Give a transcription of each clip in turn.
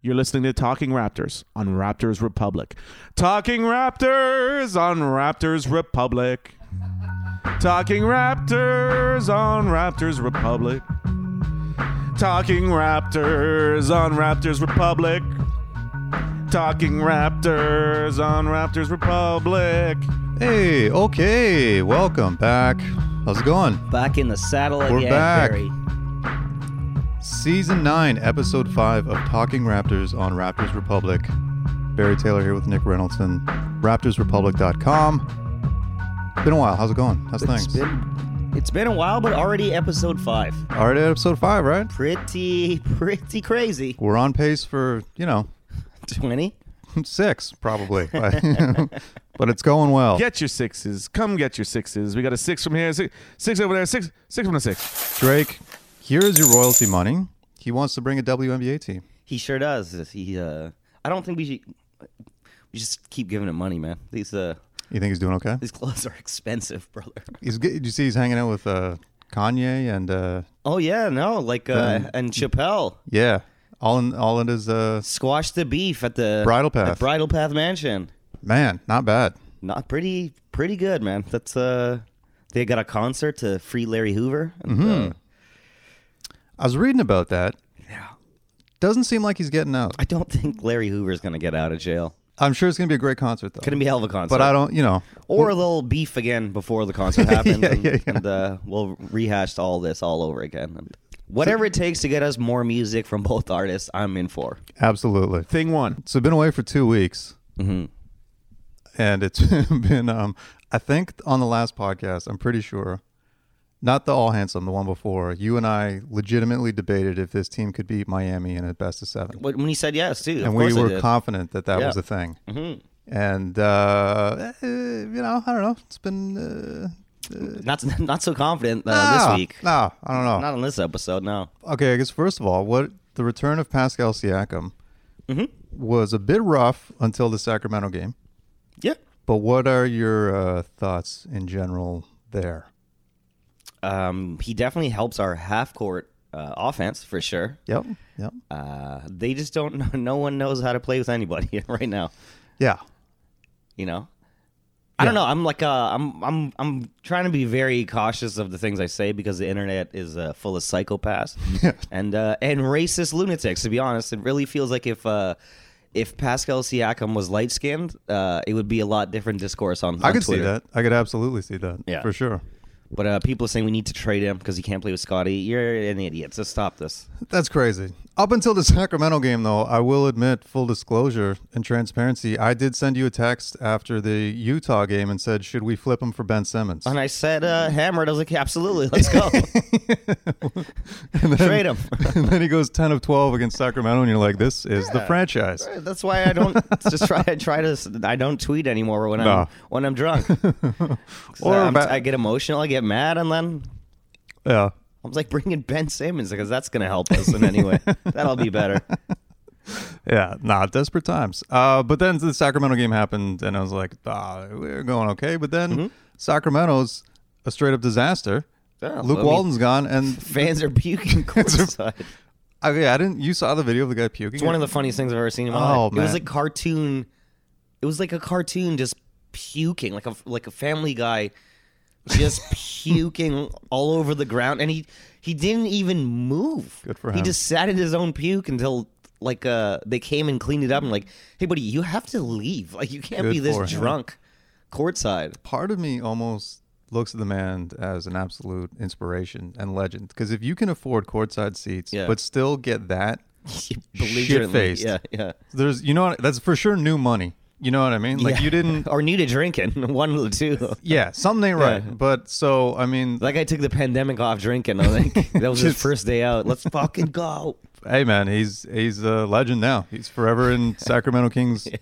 You're listening to Talking Raptors on Raptors Republic. Talking Raptors on Raptors Republic. Talking Raptors on Raptors Republic. Talking Raptors on Raptors Republic. Talking Raptors on Raptors Republic. Hey, okay, welcome back. How's it going? Back in the saddle We're again, back. Barry. Season 9, Episode 5 of Talking Raptors on Raptors Republic. Barry Taylor here with Nick Reynoldson, raptorsrepublic.com. Been a while. How's it going? How's It's things? been it's been a while, but already episode five. Already at episode 5, right? Pretty pretty crazy. We're on pace for, you know, Twenty. 6 probably. but but it's going well. Get your sixes. Come get your sixes. We got a six from here, six, six over there, six, six from the six. Drake, here is your royalty money. He wants to bring a WNBA team. He sure does. He. Uh, I don't think we should. We just keep giving him money, man. These uh, You think he's doing okay? these clothes are expensive, brother. He's good. You see, he's hanging out with uh, Kanye and uh, Oh yeah, no, like uh, and Chappelle yeah, all in all in his uh, squashed the beef at the Bridal Path. at Bridal Path Mansion. man. Not bad. Not pretty, pretty good, man. That's uh, they got a concert to free Larry Hoover. And, Mm-hmm. uh, I was reading about that. Yeah, doesn't seem like he's getting out. I don't think Larry Hoover's gonna get out of jail. I'm sure it's gonna be a great concert though. Gonna be a hell of a concert. but I don't, you know, Or a little beef again before the concert happens, Yeah, and, yeah, yeah. and, uh, we'll rehash all this all over again. And whatever it takes to get us more music from both artists, I'm in for. absolutely. Thing one. So been away for two weeks, mm-hmm. and it's been. Um, I think on the last podcast, I'm pretty sure, not the all handsome, the one before. You and I legitimately debated if this team could beat Miami in a best of seven. When when he said yes, too, of and we course I were did. confident that that Yeah. Mm-hmm. was a thing. And uh, eh, you know, I don't know. It's been uh, not not so confident uh, ah, this week. No, I don't know. Not on this episode. No, okay, I guess first of all, what the return of Pascal Siakam Mm-hmm. was a bit rough until the Sacramento game. yeah. But what are your uh, thoughts in general there? Um, he definitely helps our half court uh, offense for sure. Yep. Yep. Uh, they just don't. know No one knows how to play with anybody right now. Yeah. you know i don't know i'm like uh, i'm i'm i'm trying to be very cautious of the things i say because the internet is uh, full of psychopaths and uh, and racist lunatics to be honest it really feels like if uh if Pascal Siakam was light skinned, uh, it would be a lot different discourse on. I on could see Twitter. that. I could absolutely see that. Yeah. For sure. But uh, people are saying we need to trade him because he can't play with Scotty. You're an idiot. So stop this. That's crazy. Up until the Sacramento game, though, I will admit full disclosure and transparency. I did send you a text after the Utah game and said, "Should we flip him for Ben Simmons?" And I said, uh, hammer it. I was like, absolutely, let's go. trade him. and then he goes ten of twelve against Sacramento, and you're like, "This is the franchise." That's why I don't just try. I try to. I don't tweet anymore when I'm No. when I'm drunk. 'Cause Or I'm- ba- I get emotional. I get mad, and then Yeah. I'm like bringing Ben Simmons because that's gonna help us in any way. That'll be better. Yeah, nah, desperate times. Uh, but then the Sacramento game happened, and I was like, ah, we're going okay. But then Mm-hmm. Sacramento's a straight up disaster. Yeah, Luke well, we- Walton's gone, and Fans are puking courtside. I, I didn't. You saw the video of the guy puking. It's one of the funniest things I've ever seen in my Oh, life. It was man. like cartoon. It was like a cartoon just puking, like a like a Family Guy, just puking all over the ground, and he he didn't even move. Good for He him. just sat in his own puke until like uh they came and cleaned it up and like, hey buddy, you have to leave. Like you can't Good be this for him. drunk, courtside. part of me almost looks at the man as an absolute inspiration and legend. Because if you can afford courtside seats, Yeah. but still get that, Belligerently. Shit-faced. Yeah, yeah. there's you know what, that's for sure new money. You know what I mean? Like Yeah. you didn't. or new to drinking. One of the two. Yeah, something ain't right. But so I mean, That guy took the pandemic off drinking. I think that was his first day out. Let's fucking go. Hey man, he's he's a legend now. He's forever in Sacramento Kings.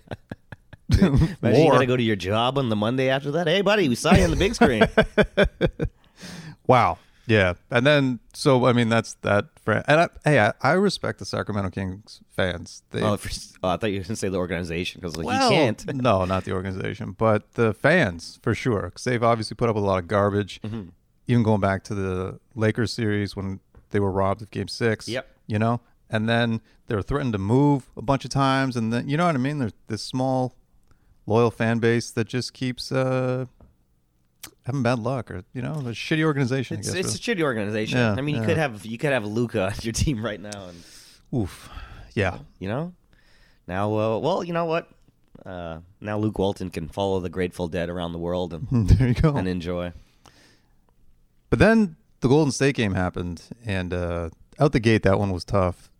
Imagine you war. got to go to your job on the Monday after that. Hey, buddy, we saw you on the big screen. Wow. Yeah. And then so I mean that's that. Fran- And I, hey, I, I respect the Sacramento Kings fans. They, oh, for, oh, I thought you were going to say the organization because like, Well, you can't. no, not the organization, but the fans for sure. 'cause they've obviously put up a lot of garbage. Mm-hmm. Even going back to the Lakers series when they were robbed of Game Six. Yep. You know, and then they were threatened to move a bunch of times, and then you know what I mean. There's this small, loyal fan base that just keeps uh, having bad luck, or you know, a shitty organization. It's, I guess, it's a shitty organization. Yeah, I mean, you yeah. could have you could have Luca on your team right now, and really. oof. Yeah. you know, now uh, well, you know what? Uh, now Luke Walton can follow the Grateful Dead around the world and, there you go. and enjoy. But then the Golden State game happened, and uh, out the gate, that one was tough.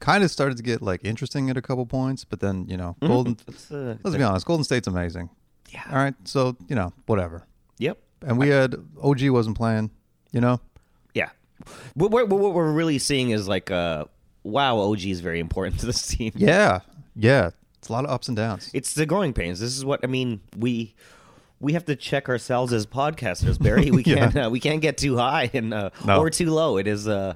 Kind of started to get like interesting at a couple points, but then you know, Golden. It's, uh, Let's be honest, Golden State's amazing. Yeah. All right, so you know, whatever. Yep. And we had OG wasn't playing. You know, Yeah. What, what, what we're really seeing is like, uh, wow, OG is very important to this team. yeah, yeah. It's a lot of ups and downs. It's the growing pains. This is what I mean. We we have to check ourselves as podcasters, Barry. We can't uh, we can't get too high and uh, No. or too low. It is uh,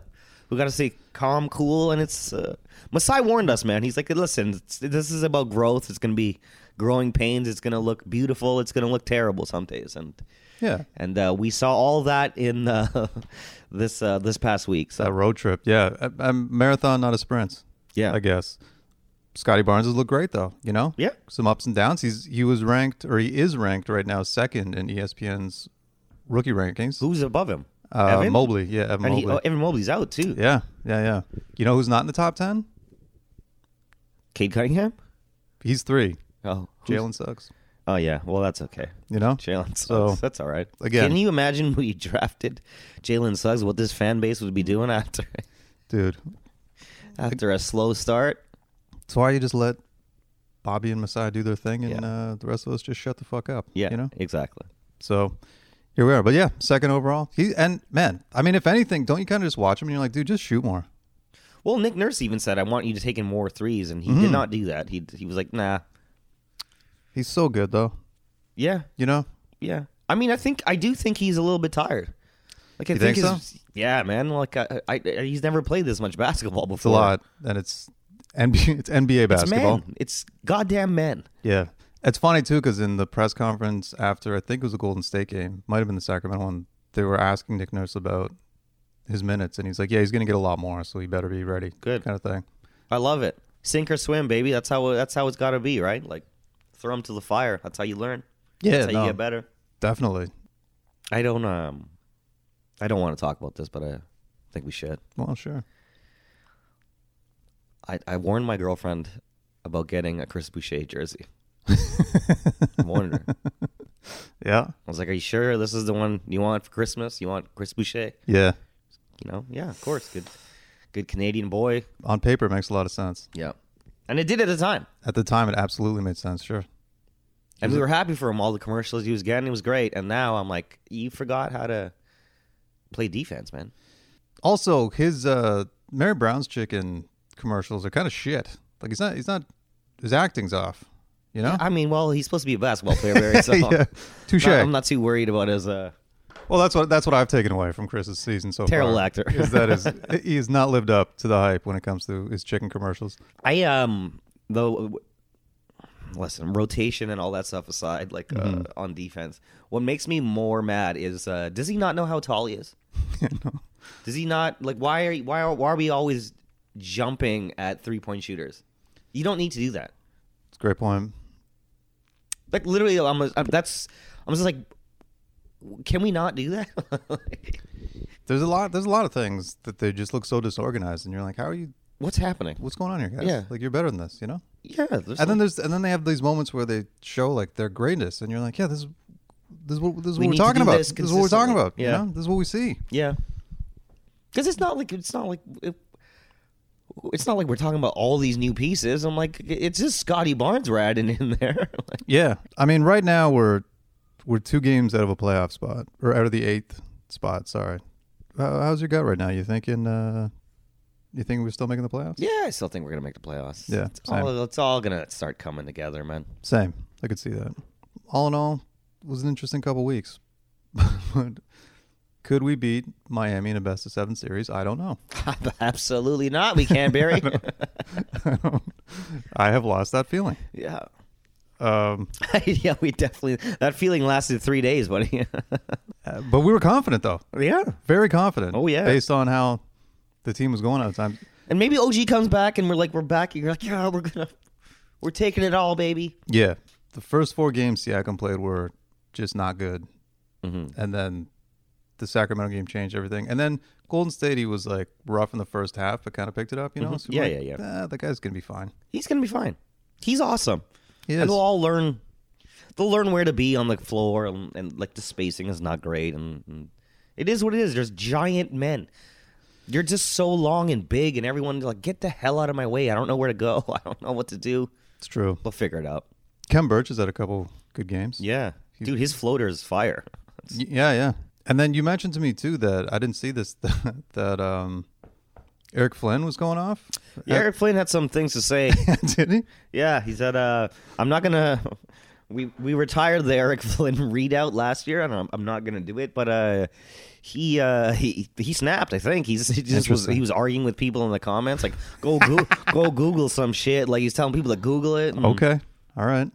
we got to stay calm, cool, and it's. Uh, Masai warned us, man. He's like, listen, it's, this is about growth. It's gonna be growing pains. It's gonna look beautiful. It's gonna look terrible some days, and Yeah, and uh, we saw all that in uh, this uh, this past week. So that road trip. Yeah, a, a Uh, um, marathon, not a sprint. Yeah. I guess. Scotty Barnes has looked great though. You know, Yeah. some ups and downs. He's he was ranked or he is ranked right now second in E ESPN's rookie rankings. who's above him? Uh, Evan? Mobley, yeah, Evan And Mobley. he, oh, Evan Mobley's out too. yeah, yeah, yeah. You know who's not in the top ten? Cade Cunningham. He's three. Oh, who's- Jalen sucks. Oh yeah, well that's okay. You know, Jalen Suggs, So- that's all right. again- can you imagine we drafted Jalen Suggs? What this fan base would be doing after dude. after a slow start? That's why you just let Bobby and Masai do their thing, and Yeah. uh, the rest of us just shut the fuck up. Yeah, you know. exactly. So here we are. But yeah, second overall. He and man, I mean, if anything, don't you kind of just watch him and you're like, dude, just shoot more. Well, Nick Nurse even said, "I want you to take in more threes, and he Mm-hmm. did not do that. He he was like, "Nah, He's so good though. yeah, You know, yeah." I mean, I think I do think he's a little bit tired. Like I You think his- yeah, man. Like I, I, I, he's never played this much basketball before. it's a lot, and it's NBA. It's NBA It's basketball. men. It's goddamn men. Yeah. It's funny too because in the press conference after I think it was the Golden State game, might have been the Sacramento one, they were asking Nick Nurse about his minutes, and he's like, "Yeah, he's going to get a lot more, so he better be ready." Good. kind of thing. I love it. Sink or swim, baby. That's how that's how it's got to be, right? Like throw them to the fire. That's how you learn. Yeah, that's how no. you get better. Definitely. I don't um, I don't want to talk about this, but I think we should. Well, sure. I, I warned my girlfriend about getting a Chris Boucher jersey. I warned her. I Yeah. was like, "Are you sure this is the one you want for Christmas? You want Chris Boucher? Yeah. You know, yeah, of course, good, good Canadian boy. On paper, it makes a lot of sense. Yeah." And it did at the time. At the time, it absolutely made sense. Sure. And we were happy for him. All the commercials he was getting, it was great. And now I'm like, you forgot how to play defense, man. Also, his uh Mary Brown's chicken commercials are kind of shit. Like he's not. He's not. His acting's off. You know. I mean, well, he's supposed to be a basketball player, Barry, so yeah. Touche. not- I'm not too worried about his uh, Well, that's what that's what I've taken away from Chris's season so Terrible far, actor. is that is he has not lived up to the hype when it comes to his chicken commercials. I um though listen, rotation and all that stuff aside, like uh, Mm-hmm. on defense, what makes me more mad is uh, does he not know how tall he is? Does he not like why are why are why are we always jumping at three point shooters? You don't need to do that. It's a great point. Like literally, I'm, I'm that's I'm just like, can we not do that? There's a lot there's a lot of things that they just look so disorganized and you're like, How are you What's happening? what's going on here, guys? Yeah. Like you're better than this, you know? Yeah, there's And then there's and then they have these moments where they show like their greatness and you're like, Yeah, this is this is what this is We what need we're to talking do about. this This, is what we're talking consistently. about. you Yeah. know? This is what we see. Yeah, because it's not like it's not like it, it's not like we're talking about all these new pieces. I'm like, it's just Scotty Barnes we're adding in there. like, Yeah. I mean, right now we're we're two games out of a playoff spot or out of the eighth spot. Sorry. How- How's your gut right now? You thinking uh, You think we're still making the playoffs? Yeah, I still think we're gonna make the playoffs. Yeah, it's same. all, it's all gonna start coming together, man. Same. I could see that. All in all, it was an interesting couple weeks. but could we beat Miami in a best of seven series? I don't know. Absolutely not. We can't, Barry. I have lost that feeling. yeah. Um, yeah, we definitely. That feeling lasted three days, buddy. uh, but we were confident though. yeah. Very confident. Oh, yeah. Based on how the team was going at the time. And maybe OG comes back and we're like, we're back. And you're like, yeah, we're gonna, we're taking it all, baby. Yeah. The first four games Siakam played were just not good. Mm-hmm. And then the Sacramento game changed everything. And then Golden State, he was like rough in the first half, but kind of picked it up, you know? So Mm-hmm. Yeah, like, yeah, yeah. "Ah, that guy's going to be fine. He's gonna be fine. He's awesome. He And is. they'll all learn. They'll learn where to be on the floor, and, and like the spacing is not great, and, and it is what it is. There's giant men. You're just so long and big, and everyone's like, get the hell out of my way. I don't know where to go. I don't know what to do. It's true. We'll figure it out. Ken Burch has had a couple good games. Yeah, dude, his floater is fire. Y- Yeah, yeah. And then you mentioned to me too that I didn't see this that, that um Eric Flynn was going off. Eric Flynn had some things to say. Did he? yeah, he said, uh, "I'm not gonna." We we retired the Eric Flynn readout last year, and I'm, I'm not gonna do it. But uh, he uh, he he snapped. I think he's he just was Interesting. he was arguing with people in the comments, like go go, go Google some shit. Like he's telling people to Google it. And, Okay. All right.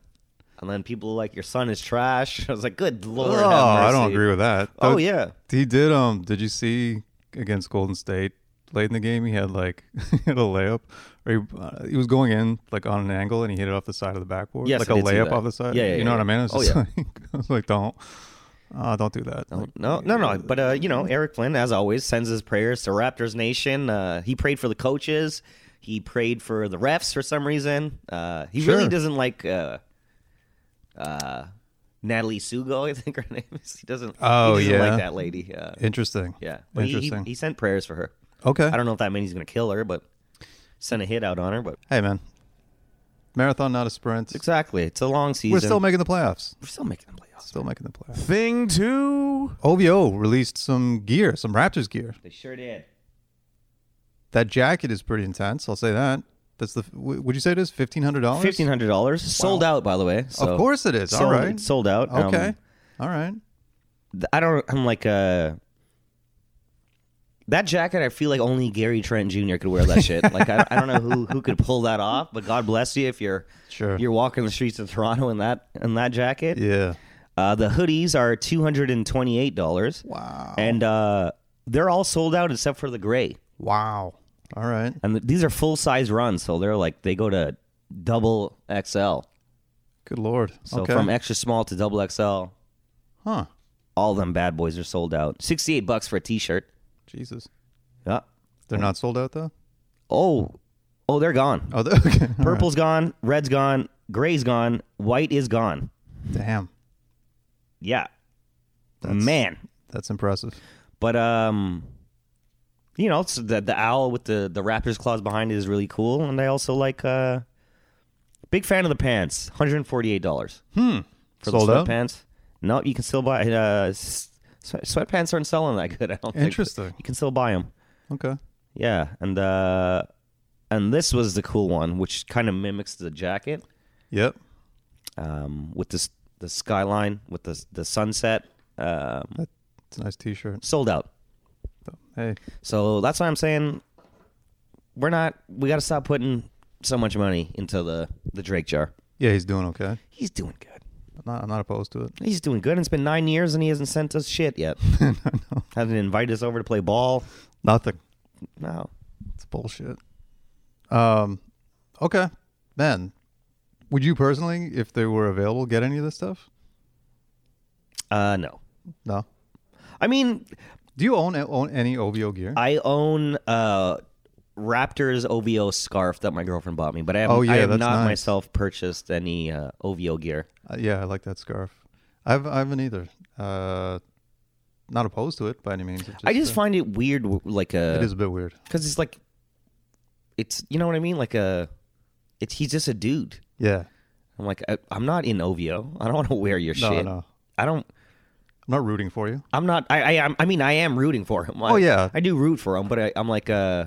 and then people were like your son is trash. I was like, good lord. oh, have I don't mercy." agree with that. Oh That- yeah, He did. Um, did you see against Golden State late in the game? He had like he had a layup, or he, uh, he was going in like on an angle and he hit it off the side of the backboard, Yes, like I a did see layup that. off the side. Yeah, yeah, you yeah, know what I mean? yeah. I was Oh, just yeah. like, I was like, don't, uh, don't do that. Like, No, no, no. But uh, you know, Eric Flynn, as always, sends his prayers to Raptors Nation. Uh, he prayed for the coaches. He prayed for the refs for some reason. Uh, he really Sure. doesn't like uh, uh, Natalie Sugo. I think her name is. He doesn't. Oh, he doesn't yeah. like that lady. Uh, interesting. yeah, But he- interesting. He, he sent prayers for her. okay. I don't know if that means he's gonna kill her, but sent a hit out on her. But hey, man. Marathon, not a sprint. exactly, it's a long season. We're still making the playoffs. we're still making the playoffs. Still making the playoffs. Thing two. OVO released some gear, some Raptors gear. They sure did. That jacket is pretty intense. I'll say that. That's the. w- Would you say it is fifteen hundred dollars? Fifteen hundred dollars sold out, by the way. so- Of course it is. sold, All right. sold out. Um, Okay. All right. th- I don't. I'm like uh that jacket. I feel like only Gary Trent Jr. could wear that shit. Like I, I don't know who who could pull that off, but God bless you if you're Sure. you're walking the streets of Toronto in that in that jacket. Yeah. Uh, the hoodies are two hundred and twenty eight dollars. Wow. and uh, they're all sold out except for the gray. Wow. All right. And th- these are full size runs, so they're like they go to double XL. Good lord. So okay. from extra small to double XL, huh. all them bad boys are sold out. Sixty eight bucks for a t shirt. Jesus. Yeah. They're not sold out though. Oh, oh, they're gone. Oh, they're, okay. All right. Purple's gone, red's gone, gray's gone, white is gone. Damn. Yeah. Man. That's impressive. But um you know, it's the the owl with the the raptor's claws behind it is really cool and I also like uh big fan of the pants. $148. Hmm. For Sold the out? sweatpants. No, you can still buy uh s- sweat- sweatpants aren't selling that good. I don't think. Interesting. You can still buy them. Okay. Yeah, and uh and this was the cool one which kind of mimics the jacket. Yep. um, with this the skyline with the the sunset um, That- It's a nice T-shirt. sold out. So, hey. So that's why I'm saying we're not. We got to stop putting so much money into the the Drake jar. Yeah, he's doing okay. He's doing good. I'm not, I'm not opposed to it. He's doing good. And it's been nine years and he hasn't sent us shit yet. Hasn't invited us over to play ball. Nothing. No. It's bullshit. Um. Okay. Man, would you personally, if they were available, get any of this stuff? Uh, no. No. I mean, Do you own own any OVO gear? I own uh Raptors OVO scarf that my girlfriend bought me, but I have, Oh, yeah, I have that's not nice. myself purchased any uh, OVO gear. Uh, yeah, I like that scarf. I've I haven't either. Uh, not opposed to it by any means. It's I just uh, find it weird, w- like a it is a bit weird. because it's like it's you know what I mean like a it's he's just a dude Yeah. I'm like I, I'm not in OVO I don't want to wear your No, shit no. I don't I'm not rooting for you. I'm not I I I'm- I mean I am rooting for him I, Oh, yeah. I do root for him but I, I'm like uh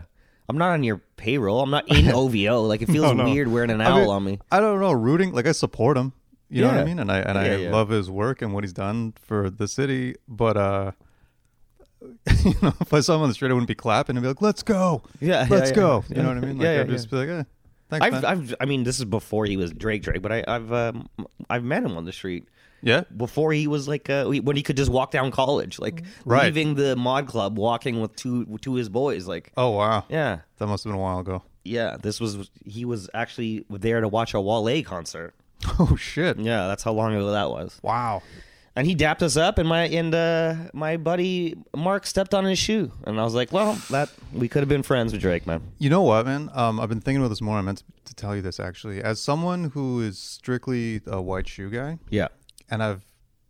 I'm not on your payroll. I'm not in OVO. Like it feels Oh, No, no. weird wearing an I owl mean, on me. I don't know. Rooting like I support him. You know what Yeah. I mean? And I and I Yeah, yeah. love his work and what he's done for the city. But uh you know, if I saw him on the street, I wouldn't be clapping and be like, "Let's go, Yeah, yeah, let's yeah. go." You Yeah. know what I mean? Like, Yeah, yeah, I'd just be like, eh, "Thanks, I've, man." I've, I mean, this is before he was Drake Drake, but I, I've, um, I've met him on the street yeah, before he was like, uh, when he could just walk down college, like Mm-hmm. Right. leaving the mod club, walking with two, two his boys, like, Oh wow, yeah, that must have been a while ago. yeah. This was he was actually there to watch a Wale concert. Oh shit! Yeah, that's how long ago that was. Wow. And he dapped us up, and my and uh, my buddy Mark stepped on his shoe, and I was like, well, that we could have been friends with Drake, man. You know what, man? Um, I've been thinking about this more. I meant to, to tell you this actually. As someone who is strictly a white shoe guy, Yeah, and I've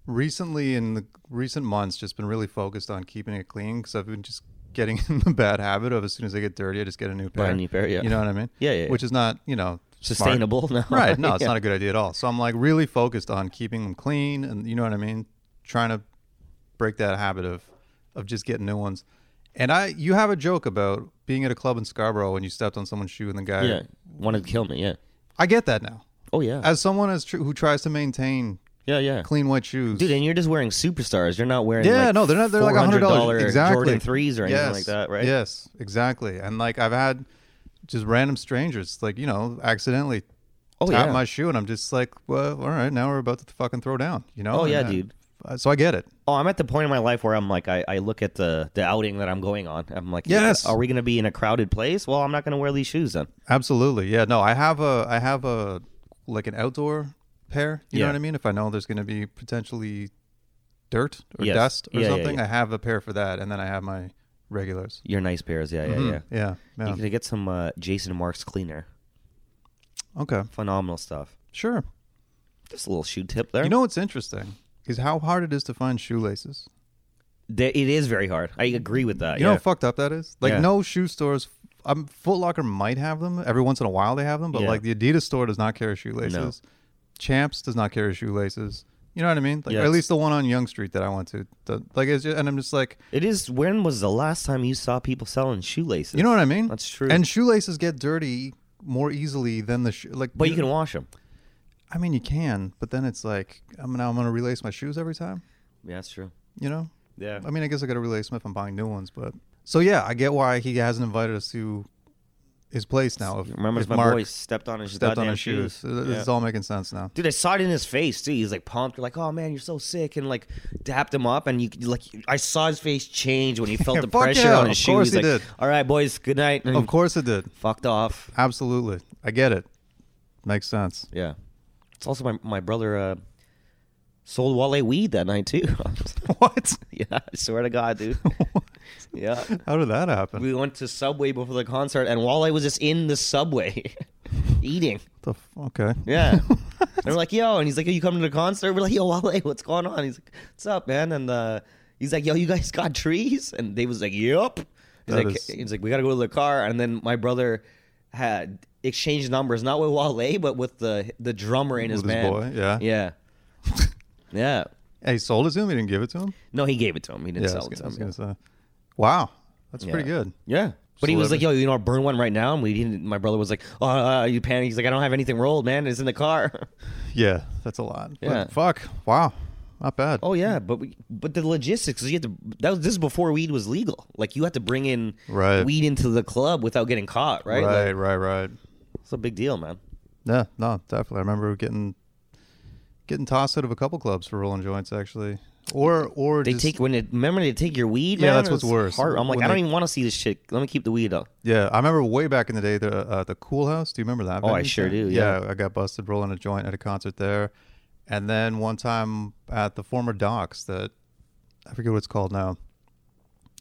recently in the recent months just been really focused on keeping it clean because I've been just getting in the bad habit of as soon as I get dirty, I just get a new pair. a new pair, yeah. You know what I mean? Yeah, yeah, yeah. Which is not, you know, smart. Sustainable, no. Right? No, it's Yeah. not a good idea at all. So I'm like really focused on keeping them clean, and you know what I mean, trying to break that habit of of just getting new ones. And I, you have a joke about being at a club in Scarborough when you stepped on someone's shoe and the guy. yeah. Wanted to kill me, yeah. I get that now. Oh yeah, As someone as tr- who tries to maintain yeah, yeah. clean white shoes, Dude, and you're just wearing superstars. You're not wearing Yeah, like, no, they're not. They're like a hundred dollars $400 exactly. Jordan threes or anything like that, right? Yes, exactly. And like I've had just random strangers, like you know, accidentally Oh, tap yeah. my shoe, and I'm just like, well, all right, now we're about to fucking throw down, you know? Oh, And yeah, I- dude. uh, So I get it. Oh, I'm at the point in my life where I'm like, I, I look at the the outing that I'm going on. I'm like, Yes. Are we gonna be in a crowded place? Well, I'm not gonna wear these shoes then. Absolutely. Yeah. No, I have a, I have a like an outdoor pair. You know Yeah. what I mean? If I know there's going to be potentially dirt or Yes. dust or Yeah, yeah, something, yeah. I have a pair for that, and then I have my regulars. Hmm, Your nice pairs, yeah, yeah, yeah. Yeah. Mm-hmm. Yeah. You can get some uh, Jason Marks cleaner. Okay. Phenomenal stuff. Sure. Just a little shoe tip there. You know what's interesting is how hard it is to find shoelaces. Th- it is very hard. I agree with that. You know Uh, yeah. how fucked up that is? Like Yeah. no shoe stores. Um, Foot Locker might have them every once in a while. They have them, but Yeah. like the Adidas store does not carry shoelaces. Champs does not carry shoelaces. You know what I mean? Like, or Yes. at least the one on Young Street that I went to. The- like, it's just, and I'm just like, it is. When was the last time you saw people selling shoelaces? you know what I mean? That's true. And shoelaces get dirty more easily than the shoe. Like, but you can wash them. I mean, you can, but then it's like, I'm now I'm gonna relace my shoes every time. Yeah, that's true. You know? Yeah. I mean, I guess I got to relax if I'm buying new ones, but so yeah, I get why he hasn't invited us to his place now. If, Remember if my Mark boy stepped on his stepped on goddamn his shoes, This Yeah. is all making sense now. Dude, I saw it in his face too. He's like pumped, like, "Oh man, you're so sick," and like dapped him up, and you like, I saw his face change when he felt Yeah, the fuck pressure yeah, on his of shoe. course He's he like, did. "All right, boys, good night." And Of course it did. fucked off. Absolutely, I get it. Makes sense. Yeah, it's also my my brother uh, sold Wale weed that night too. What? yeah, I swear to God, dude. yeah, How did that happen? we went to Subway before the concert, and Wale was just in the Subway eating. the f- okay. Yeah. and we're like, yo, and he's like, you coming to the concert? We're like, yo, Wale, what's going on? He's like, what's up, man? And uh, he's like, yo, you guys got trees? And they was like, yup. He's That like, is- he's like, we gotta go to the car. And then my brother had exchanged numbers, not with Wale, but with the the drummer in his With his band. boy, yeah. yeah, yeah. Hey, he sold it to him. He didn't give it to him. No, he gave it to him. He didn't Yeah, I sell was it gonna- to I him. was yeah. gonna say. Wow, that's pretty Yeah. good. Yeah. But he was like, Celebrity. "Yo, you know, I'll burn one right now." And we didn't. My brother was like, "Oh, uh, you panic?" He's like, "I don't have anything rolled, man. It's in the car." Yeah, that's a lot. But Yeah. fuck. Wow, not bad. Oh yeah, but we, but the logistics you had to that was this is before weed was legal. Like you had to bring in Right. weed into the club without getting caught, right? right, Like, right, right. it's a big deal, man. Yeah, no, definitely. I remember getting getting tossed out of a couple clubs for rolling joints, actually. Or or They just, take when it, remember they take your weed. Yeah, man? that's what's It's worse. hard. I'm like, When I don't they- even want to see this shit. Let me keep the weed up. yeah. I remember way back in the day the uh, the Cool House. Do you remember that? Oh, I venue? sure do, I got busted rolling a joint at a concert there, and then one time at the former docks that I forget what it's called now.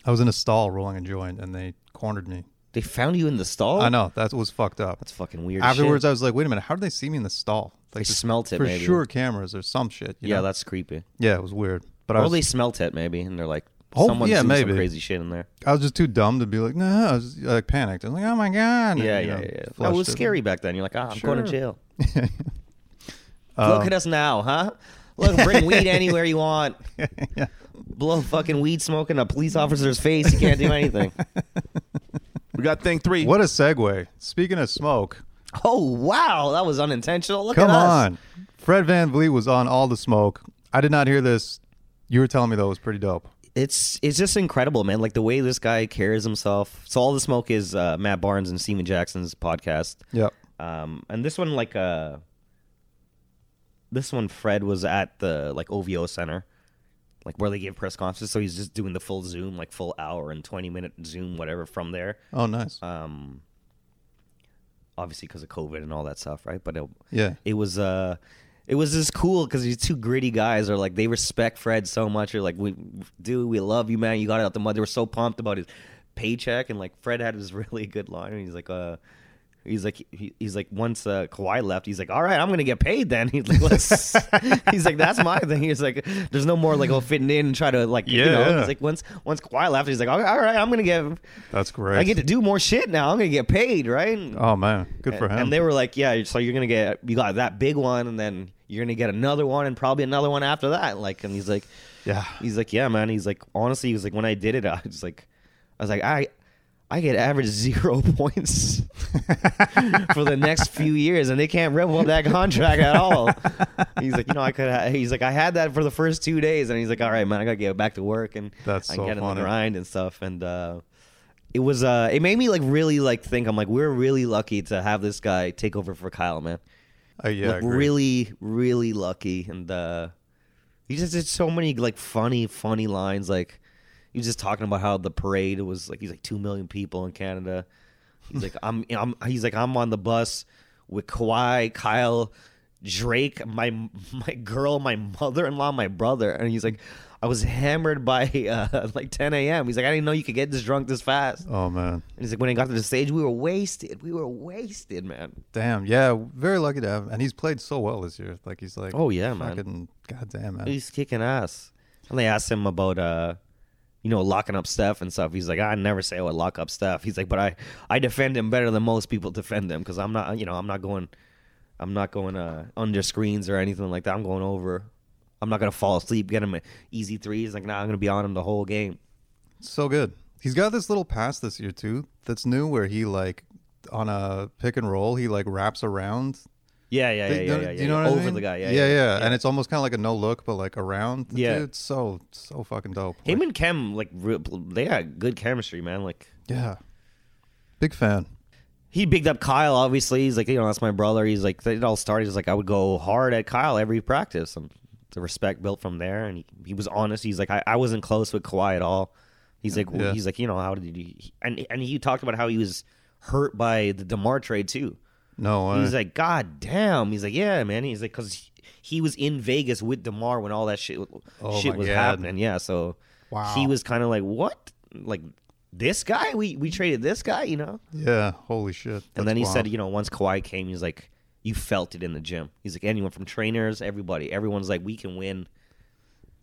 I was in a stall rolling a joint, and they cornered me. They found you in the stall. I know that was fucked up. Oh. That's fucking weird. as Afterwards, shit. I was like, "Wait a minute, how did they see me in the stall? Like, They smelt it, for maybe. sure. Cameras or some shit. you yeah, know? that's creepy. yeah, it was weird. But I Or was they smelt it maybe, and they're like, Oh, someone's yeah, doing maybe. some crazy shit in there. I was just too dumb to be like, no, I was just, like panicked. I was like, oh my god. Yeah, And, you yeah, know, yeah. That flushed was it. scary back then. You're like, ah, I'm going to Sure. Um, jail. Look at us now, huh? Look, bring weed anywhere you want. Blow fucking weed smoke in a police officer's face. You can't do anything. We got thing three. What a segue. Speaking of smoke, Oh wow, that was unintentional. Look come at us. on. Fred Van Vliet was on all the smoke. I did not hear this. You were telling me though it was pretty dope. It's it's just incredible, man. Like the way this guy carries himself. So all the smoke is uh, Matt Barnes and Steven Jackson's podcast. Yep. Um, and this one, like, uh, this one, Fred was at the like OVO Center, like where they give press conferences. So he's just doing the full Zoom, like full hour and twenty minute Zoom, whatever, from there. Oh, nice. Um, obviously because of COVID and all that stuff, right? But it, Yeah. it was uh, it was just cool because these two gritty guys are like they respect Fred so much. They're like, we do, we love you, man. You got it out the mud. They were so pumped about his paycheck and like Fred had this really good line. And he's like, uh. He's like he, he's like once uh, Kawhi left, he's like, all right, I'm gonna get paid then. He's like, Let's, he's like that's my thing. He's like, there's no more like oh fitting in and try to like you know. Yeah. He's like once once Kawhi left, he's like all right, I'm gonna get That's great. I get to do more shit now. I'm gonna get paid, right? Oh man, good for him. And they were like, "Yeah, so you're gonna get you got that big one, and then you're gonna get another one, and probably another one after that." Like, and he's like, yeah. he's like, "Yeah, man." He's like, honestly, he was like, when I did it, I was like, I was like, I. I get average zero points for the next few years, and they can't rip up that contract at all. He's like, you know, I could. Ha-. He's like, I had that for the first two days, and he's like, all right, man, I gotta get back to work and That's I so get in funny. the grind and stuff. And uh, it was, uh, it made me like really like think. I'm like, we're really lucky to have this guy take over for Kyle, man. Uh, yeah. Like, agreed. really, really lucky, and uh, he just did so many like funny, funny lines. Like he was just talking about how the parade was like he's like two million people in Canada. He's like I'm, I'm he's like I'm on the bus with Kawhi, Kyle, Drake, my my girl, my mother in law, my brother, and he's like I was hammered by uh, like 10 a.m. He's like I didn't know you could get this drunk this fast. Oh man. And he's like when I got to the stage, we were wasted. We were wasted, man. Damn. Yeah. Very lucky to have. him. And he's played so well this year. Like he's like. Oh, yeah, man. fucking, Goddamn man. Oh, He's kicking ass. And they asked him about uh you know, locking up Steph and stuff. He's like, I never say I would lock up Steph. He's like, but I, I defend him better than most people defend him because I'm not, you know, I'm not going, I'm not going uh, under screens or anything like that. I'm going over. I'm not gonna fall asleep, get him a easy threes. Like, nah, I'm gonna be on him the whole game. So good. He's got this little pass this year too. That's new where he like on a pick and roll he like wraps around. Yeah, yeah, yeah, Do- yeah, do yeah. you know yeah. what I Over mean? the guy. Yeah, yeah, And it's almost kind of like a no look, but like around. Yeah. Dude, so so fucking dope. Him and Kem, like, re- they got good chemistry, man. Like, yeah. Big fan. he bigged up Kyle. Obviously, he's like, you know, that's my brother. He's like, it all started. He's like, I would go hard at Kyle every practice, and the respect built from there. And he, he was honest. He's like, I, I wasn't close with Kawhi at all. He's like, Yeah. he's like, you know, how did you? And and he talked about how he was hurt by the Demar trade too. No uh, way. He's like, God damn. He's like, yeah, man. He's like, because he, he was in Vegas with Demar when all that shit Oh shit my was God. happening. Yeah, so Wow. he was kind of like, what? Like this guy? We we traded this guy? You know? yeah. Holy shit. And That's then he wild. said, you know, once Kawhi came, he's like, you felt it in the gym. He's like, anyone from trainers, everybody, everyone's like, we can win.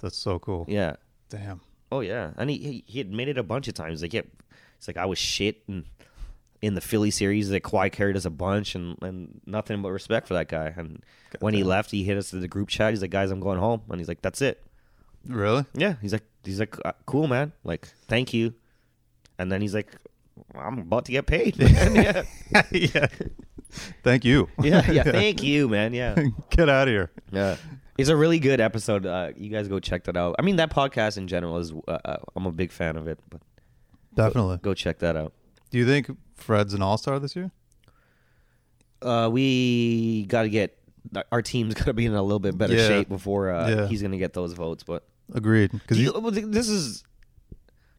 That's so cool. Yeah. Damn. Oh yeah. And he- he he admitted a bunch of times. Like, yeah, it's like I was shit and in the Philly series that Kawhi carried us a bunch and, and nothing but respect for that guy. And when he left, he hit us to the group chat. He's like, guys, I'm going home. And he's like, that's it. Really? Yeah. He's like, he's like, "Uh, cool, man. Like, thank you. And then he's like, I'm about to get paid. man." yeah. yeah. Thank you. Yeah. Yeah. Thank you, man. Yeah. Get out of here. Yeah. It's a really good episode. Uh, you guys go check that out. I mean, that podcast in general is, uh, uh, I'm a big fan of it, but Definitely. go check that out. Do you think Fred's an all star this year? Uh, we got to get, our team's got to be in a little bit better Yeah. shape before uh, Yeah. he's going to get those votes. But Agreed. Because do you, well, th- this is,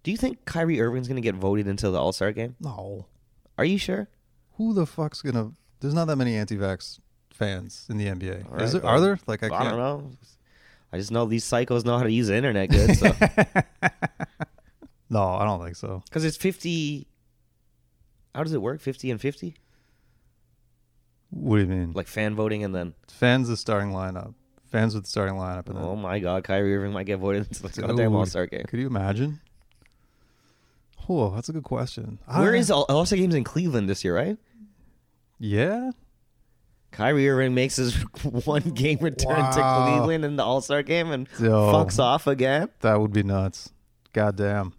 do you think Kyrie Irving's going to get voted into the All Star game? no. Are you sure? Who the fuck's gonna? There's not that many anti-vax fans in the NBA. All right, Is there? well, Are there? Like I I, can't. don't know. I just know these psychos know how to use the internet good. So. No, I don't think so. Because it's 50, how does it work? 50 and 50? What do you mean? Like fan voting and then. fans the starting lineup. Fans with the starting lineup. And then, Oh my God, Kyrie Irving might get voted into the Dude, goddamn All Star game. Could you imagine? Oh, that's a good question. I Where don't- is All Star games in Cleveland this year, right? Yeah. Kyrie Irving makes his one game return Wow. to Cleveland in the All Star game and Yo. fucks off again. That would be nuts. God damn.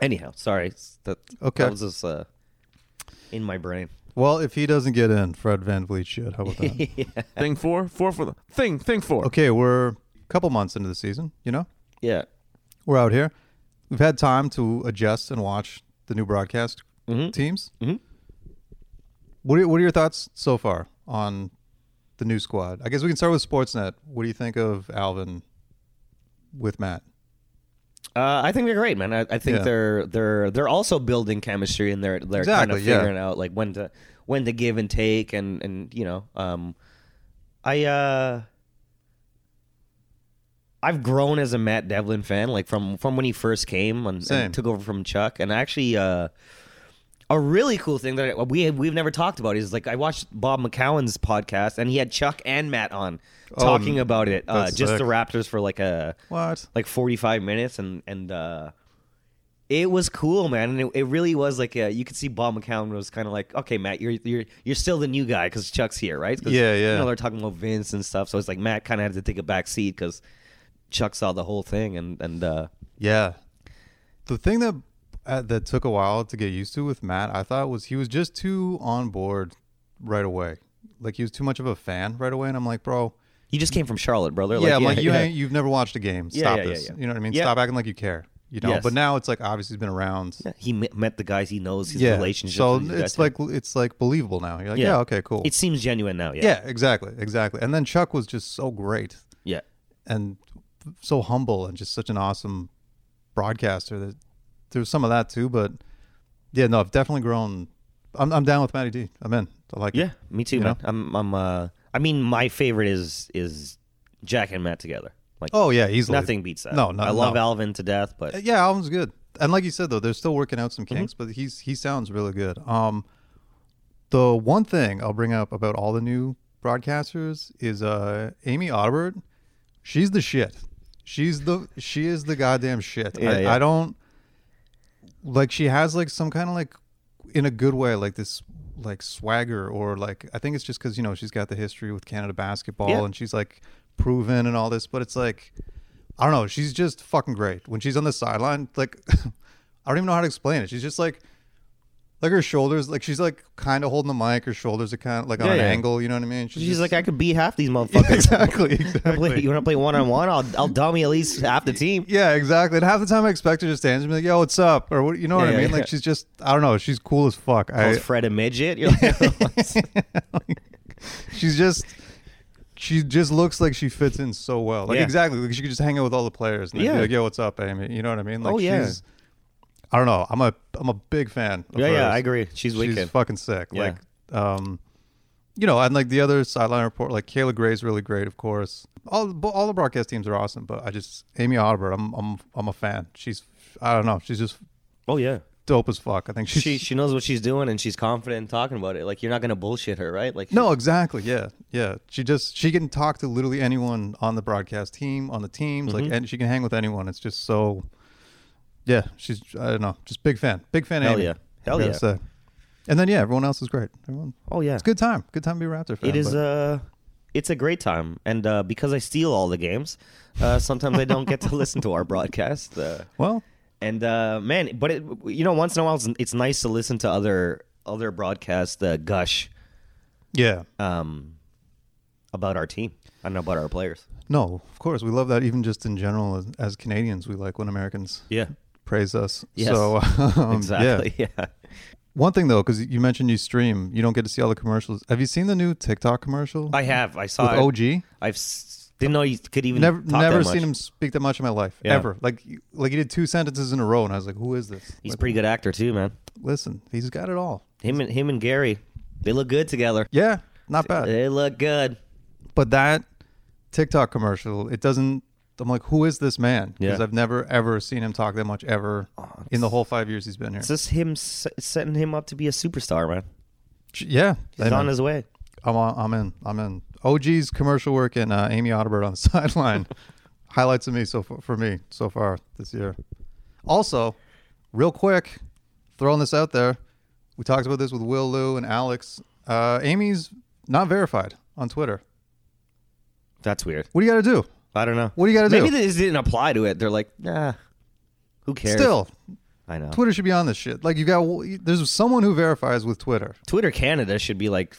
Anyhow, sorry. That, Okay. that was just uh, in my brain. Well, if he doesn't get in, Fred Van Vliet should. How about that? Thing four, four for the thing. Thing four. okay, we're a couple months into the season, you know? Yeah. We're out here. We've had time to adjust and watch the new broadcast teams. Mm-hmm. What are, what are your thoughts so far on the new squad? I guess we can start with Sportsnet. What do you think of Alvin with Matt? Uh, I think they're great, man. I, I think Yeah. they're they're they're also building chemistry and they're they're Exactly, kind yeah. of figuring out like when to when to give and take and and you know, um, I uh, I've grown as a Matt Devlin fan, like from from when he first came and, and Same. took over from Chuck, and actually. Uh, a really cool thing that we we've never talked about is like I watched Bob McCowan's podcast and he had Chuck and Matt on talking about it, uh, Oh, that's just the sick. Raptors for like a What? like 45 minutes and and uh it was cool man and it, it really was like uh you could see bob mccown was kind of like okay matt you're you're you're still the new guy because chuck's here right 'Cause, Yeah, yeah. you know they're talking about vince and stuff so it's like matt kind of had to take a back seat because chuck saw the whole thing and and uh Yeah. The thing that uh, that took a while to get used to with Matt, I thought was he was just too on board right away. Like he was too much of a fan right away, and I'm like, bro. you just came from charlotte brother yeah, I'm like you yeah. ain't, you've never watched a game. Yeah, Stop yeah, yeah, this. yeah. You know what I mean? Yeah. Stop acting like you care. You know. Yes. But now it's like obviously he's been around. he me- met the guys he knows his relationship So it's like it's like believable now. You're like, yeah, okay, cool. it seems genuine now yeah yeah, exactly, exactly. And then Chuck was just so great yeah and so humble and just such an awesome broadcaster that there's some of that too but yeah no i've definitely grown i'm, I'm down with matty d i'm in i like yeah it me too You man know? i'm i'm uh i mean my favorite is is jack and matt together like oh yeah easily Nothing beats that. no no I love no. Uh, Alvin to death, but yeah album's good and like you said though they're still working out some kinks Mm-hmm. but he's he sounds really good um the one thing i'll bring up about all the new broadcasters is uh amy Aubert. she's the shit she's the she is the goddamn shit Yeah, I, yeah. I don't like she has like some kind of like in a good way like this like swagger or like i think it's just because you know she's got the history with canada basketball Yeah. and she's like proven and all this but it's like i don't know she's just fucking great when she's on the sideline like i don't even know how to explain it she's just like like her shoulders like she's like kind of holding the mic her shoulders are kind of like on Yeah, an yeah. angle you know what i mean she's just- like, I could beat half these motherfuckers. exactly You wanna play- exactly you want to play one on one? I'll I'll dummy at least half the team. yeah exactly and half the time i expect her to stand and be like yo what's up or what you know what Yeah, i mean yeah. like she's just i don't know she's cool as fuck Calls I, Fred a midget. You're like, she's just she just looks like she fits in so well. Like Yeah. exactly, like she could just hang out with all the players and yeah. Yeah. be like, "Yo, what's up, Amy?" You know what I mean? Like Oh, yeah. she's I don't know. I'm a I'm a big fan. Of yeah, hers. yeah, I agree. She's She's wicked. fucking sick. Yeah. Like um you know, and like the other sideline report, like Kayla Gray's really great, of course. All the- all the broadcast teams are awesome, but I just Amy Aubert, I'm I'm I'm a fan. She's I don't know, she's just oh yeah, dope as fuck. I think she's she she knows what she's doing and she's confident in talking about it. Like you're not gonna bullshit her, right? Like No, exactly. Yeah, yeah. She just she can talk to literally anyone on the broadcast team, on the teams, Mm-hmm. like, and she can hang with anyone. It's just so. Yeah, she's I don't know, just big fan, big fan. of Hell Amy, yeah. I Hell gotta yeah. say. And then yeah, everyone else is great. Everyone, Oh yeah, it's a good time. Good time to be a Raptor fan. It is but- uh it's a great time, and uh, because I steal all the games, uh, sometimes I don't get to listen to our broadcast. Uh, well, And uh, man, but it, you know, once in a while, it's, it's nice to listen to other other broadcasts uh, gush yeah. um, about our team. I don't know about our players. No, of course we love that. Even just in general, as, as Canadians, we like when Americans Yeah, praise us. Yes. So um, yeah. exactly. Yeah. One thing though, because you mentioned you stream, you don't get to see all the commercials. Have you seen the new TikTok commercial I have. I saw. with it. OG? I've s- didn't know you could even never talk never that much. seen him speak that much in my life Yeah. ever. Like like he did two sentences in a row, and I was like, "Who is this?" He's a Like, pretty good actor too, man. Listen, he's got it all. Him and him and Gary, they look good together. Yeah, not bad. They look good. But that TikTok commercial, it doesn't. I'm like, who is this man? Because Yeah. I've never ever seen him talk that much ever in the whole five years he's been here. It's just him s- setting him up to be a superstar, man. yeah, He's Hey, man. on his way. I'm on, I'm in. I'm in. OG's commercial work and uh, Amy Audibert on the sideline highlights of me so far, for me so far this year. Also, real quick, throwing this out there, we talked about this with Will, Lou, and Alex. Uh, Amy's not verified on Twitter. That's weird. What do you got to do? I don't know. What do you gotta do? Maybe this didn't apply to it. They're like, nah, who cares? Still, I know. Twitter should be on this shit. Like you got there's someone who verifies with Twitter. Twitter Canada should be like,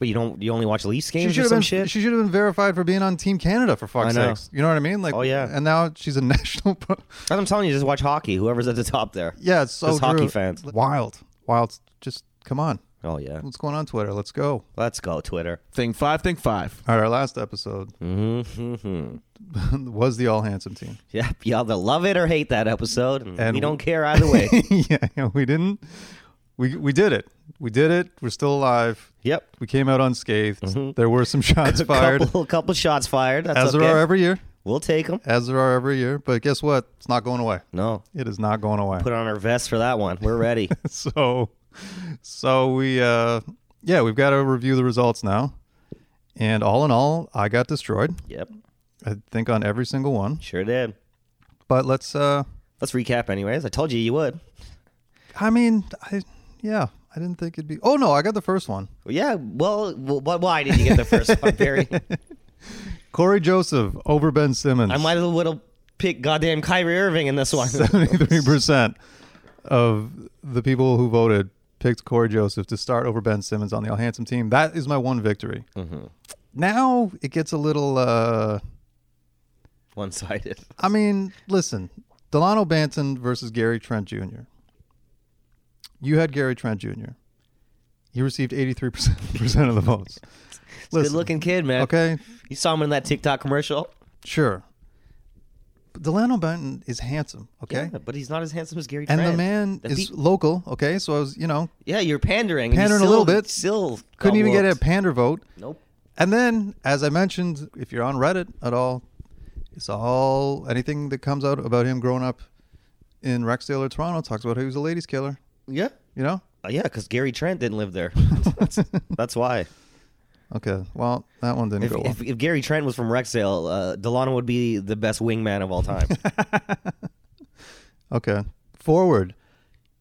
but you don't. You only watch Leafs games or have some been shit. she should have been verified for being on Team Canada for fuck's I know. sakes. You know what I mean? Like Oh, yeah. And now she's a national. Pro- That's what I'm telling you. Just watch hockey. Whoever's at the top there. yeah, it's so Just hockey true. fans. Wild, wild. Just come on. Oh yeah. What's going on Twitter? Let's go. Let's go Twitter. Thing five, thing five. All right, our last episode Hmm. was the all handsome team. Mm-hmm. Yep. Y'all either love it or hate that episode, and, And- we don't care either way. yeah, yeah, we didn't. We we did it. We did it. We're still alive. yep. We came out unscathed. There were some shots fired, Mm-hmm. Couple, couple shots fired. That's as there okay. are every year, We'll take them. as there are every year. But guess what? It's not going away. No. It is not going away. Put on our vest for that one. We're ready. so so we uh yeah we've got to review the results now and all in all i got destroyed yep. i think on every single one Sure did. but let's uh Let's recap, anyways. I told you you would. i mean i yeah i didn't think it'd be oh no i got the first one Well, yeah. Well, wh- wh- why did you get the first one, Barry? corey joseph over ben simmons I might as well pick goddamn Kyrie Irving in this one. 73% of the people who voted picked corey joseph to start over ben simmons on the all handsome team that is my one victory Mm-hmm. now it gets a little uh one sided. I mean, listen, Delano Banton versus Gary Trent Jr. You had Gary Trent Jr. He received 83% percent of the votes. Good Listen, looking kid, man. Okay, You saw him in that TikTok commercial. sure. But Delano Banton is handsome, okay? Yeah, but he's not as handsome as Gary and Trent. the man The is pe- local, okay? So I was, you know, yeah, you're pandering. and you Pandering a still- little bit. Still got couldn't even get a whooped. pander vote. Nope. And then, as I mentioned, if you're on Reddit at all, it's all anything that comes out about him growing up in Rexdale or Toronto talks about how he was a ladies killer, Yeah. you know? Uh, yeah, because Gary Trent didn't live there. That's why. Okay. Well, that one didn't If, go well. if, if Gary Trent was from Rexdale, uh, Delano would be the best wingman of all time. okay. Forward.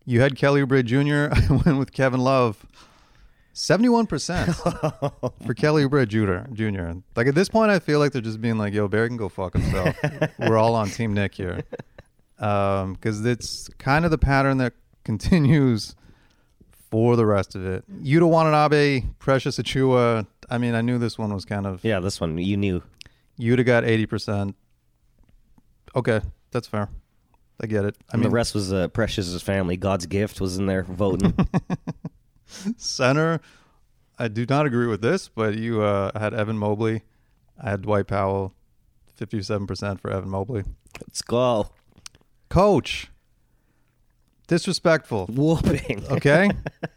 You had Kelly Oubre Jr. I went with Kevin Love. 71% for Kelly Oubre Jr. Jr. Like at this point, I feel like they're just being like, yo, Barry can go fuck himself. We're all on Team Nick here. Because it's kind of the pattern that continues for the rest of it. Yuta Watanabe, Precious Achua. I mean, I knew this one was kind of. yeah, this one you knew. You'd have got eighty percent. Okay, that's fair. I get it. I And mean, the rest was uh, Precious's family. God's gift was in there voting. center. I do not agree with this, but you uh, had Evan Mobley. I had Dwight Powell, fifty-seven percent for Evan Mobley. Let's go. Coach, disrespectful. Whooping. Okay,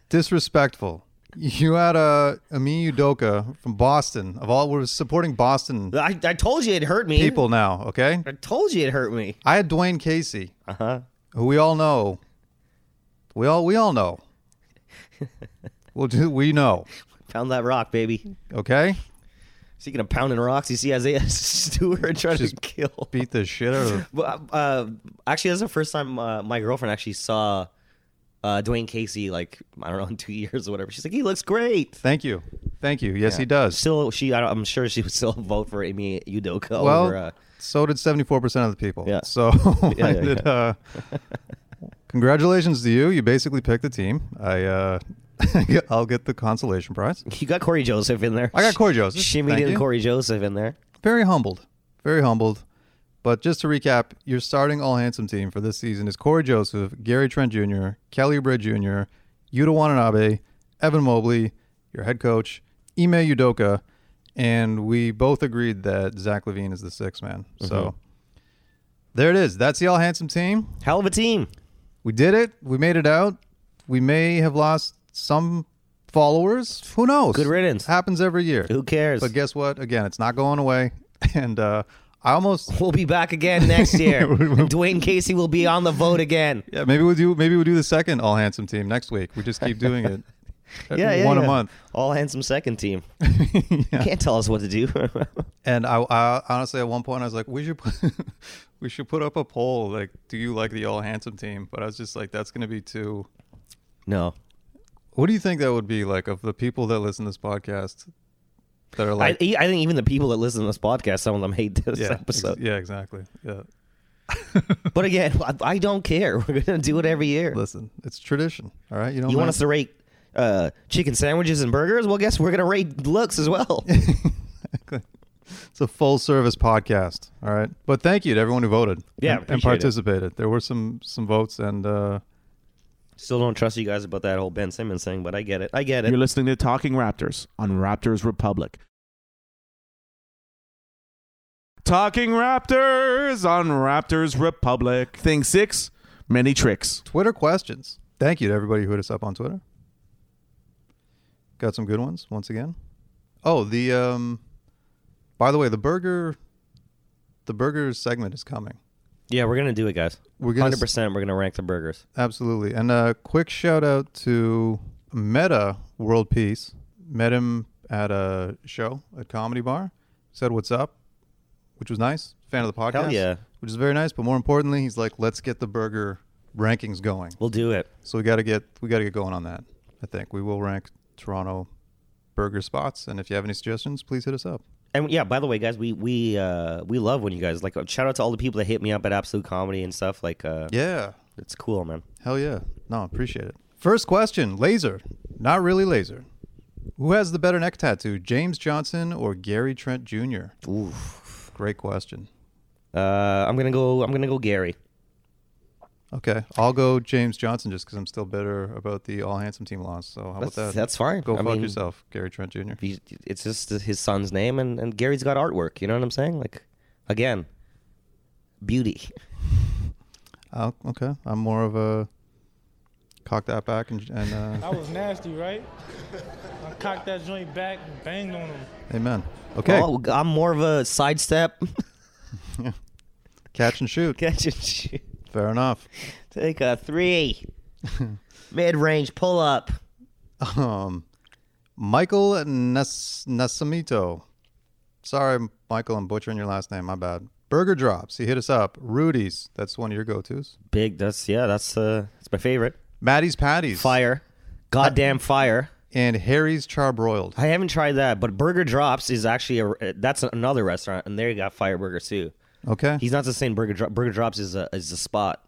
disrespectful. You had uh, Ami Udoka from Boston. Of all, we're supporting Boston I, I told you it hurt me. people now. Okay, I told you it hurt me. I had Dwayne Casey. Uh huh. who we all know. We all we all know. well, do we know? Pound that rock, baby. Okay, Speaking of pounding rocks, you see Isaiah Stewart trying to Just kill. beat the shit out of. Well, uh, actually, that's the first time uh, my girlfriend actually saw uh, Dwayne Casey. Like I don't know, in two years or whatever. She's like, he looks great. Thank you, thank you. Yes, he does. Still, she. I don't, I'm sure she would still vote for Amy Udoka Well, over. Uh, so did seventy-four percent of the people. Yeah. So Yeah, I yeah, did, uh, congratulations to you. You basically picked the team. I uh, I'll get the consolation prize. you got Corey Joseph in there. I got Corey Joseph. Shimmy Thank did you. Corey Joseph in there. Very humbled, very humbled. But just to recap, your starting all handsome team for this season is Corey Joseph, Gary Trent Jr., Kelly Oubre Jr., Yuta Watanabe, Evan Mobley, your head coach, Ime Udoka, and we both agreed that Zach Levine is the sixth man. Mm-hmm. So there it is. That's the all handsome team. Hell of a team. We did it. We made it out. We may have lost some followers. Who knows? Good riddance. Happens every year. Who cares? But guess what? Again, it's not going away. And uh, I almost We'll be back again next year. And Dwayne Casey will be on the vote again. yeah maybe we'll do maybe we'll do the second all handsome team next week. We just keep doing it. Yeah, yeah. one a yeah. month. All handsome second team. Can't tell us what to do. And I, I honestly at one point I was like we should put, we should put up a poll like do you like the all handsome team? But I was just like that's going to be too. no. What do you think that would be like of the people that listen to this podcast that are I, like I think even the people that listen to this podcast, some of them hate this yeah, ex- episode. yeah exactly yeah. But again, I, I don't care. We're gonna do it every year. Listen, it's tradition. All right, you don't. you want mind- us to rate uh, chicken sandwiches and burgers? Well, guess we're gonna rate looks as well. It's a full service podcast. All right, but thank you to everyone who voted. Yeah, and, and appreciate it. participated. There were some some votes, and uh, Still don't trust you guys about that whole Ben Simmons thing, but I get it. I get it. You're listening to Talking Raptors on Raptors Republic. Talking Raptors on Raptors Republic. Thing six, many tricks. Twitter questions. Thank you to everybody who hit us up on Twitter. Got some good ones once again. Oh, the um by the way, the burger the burger segment is coming. Yeah, we're gonna do it, guys. We're gonna Hundred percent. We're gonna rank the burgers. absolutely. And a quick shout out to Meta World Peace. Met him at a show at Comedy Bar. Said what's up, which was nice. Fan of the podcast. Hell yeah. Which is very nice, but more importantly, he's like, let's get the burger rankings going. We'll do it. So we got to get we got to get going on that. I think we will rank Toronto burger spots, and if you have any suggestions, please hit us up. And yeah, by the way, guys, we we uh, we love when you guys like. Shout out to all the people that hit me up at Absolute Comedy and stuff. Like, uh, Yeah, it's cool, man. hell yeah. No, appreciate it. First question: Laser, not really laser. Who has the better neck tattoo, James Johnson or Gary Trent Jr.? Oof, great question. Uh, I'm gonna go. I'm gonna go Gary. Okay, I'll go James Johnson just because I'm still bitter about the all handsome team loss. So how That's, about that? that's fine. go I fuck mean, yourself, Gary Trent Jr. he- It's just his son's name, and and Gary's got artwork. You know what I'm saying? Like, again, beauty. Oh, okay, I'm more of a cock that back and, and uh, I was nasty, right? I cocked that joint back and banged on him. Amen. Okay. Oh, I'm more of a sidestep. Catch and shoot. Catch and shoot. Fair enough. Take a three. Mid range pull up. Um, Michael Nas- Nasamito. Sorry, Michael, I'm butchering your last name. My bad. Burger Drops. He hit us up. Rudy's. That's one of your go tos. Big. That's yeah. That's uh. That's my favorite. Maddie's Patties. Fire. Goddamn fire. And Harry's Charbroiled. I haven't tried that, but Burger Drops is actually a uh, that's another restaurant, and they got fire burgers too. Okay. He's not just saying Burger Dro- Burger Drops is a is a spot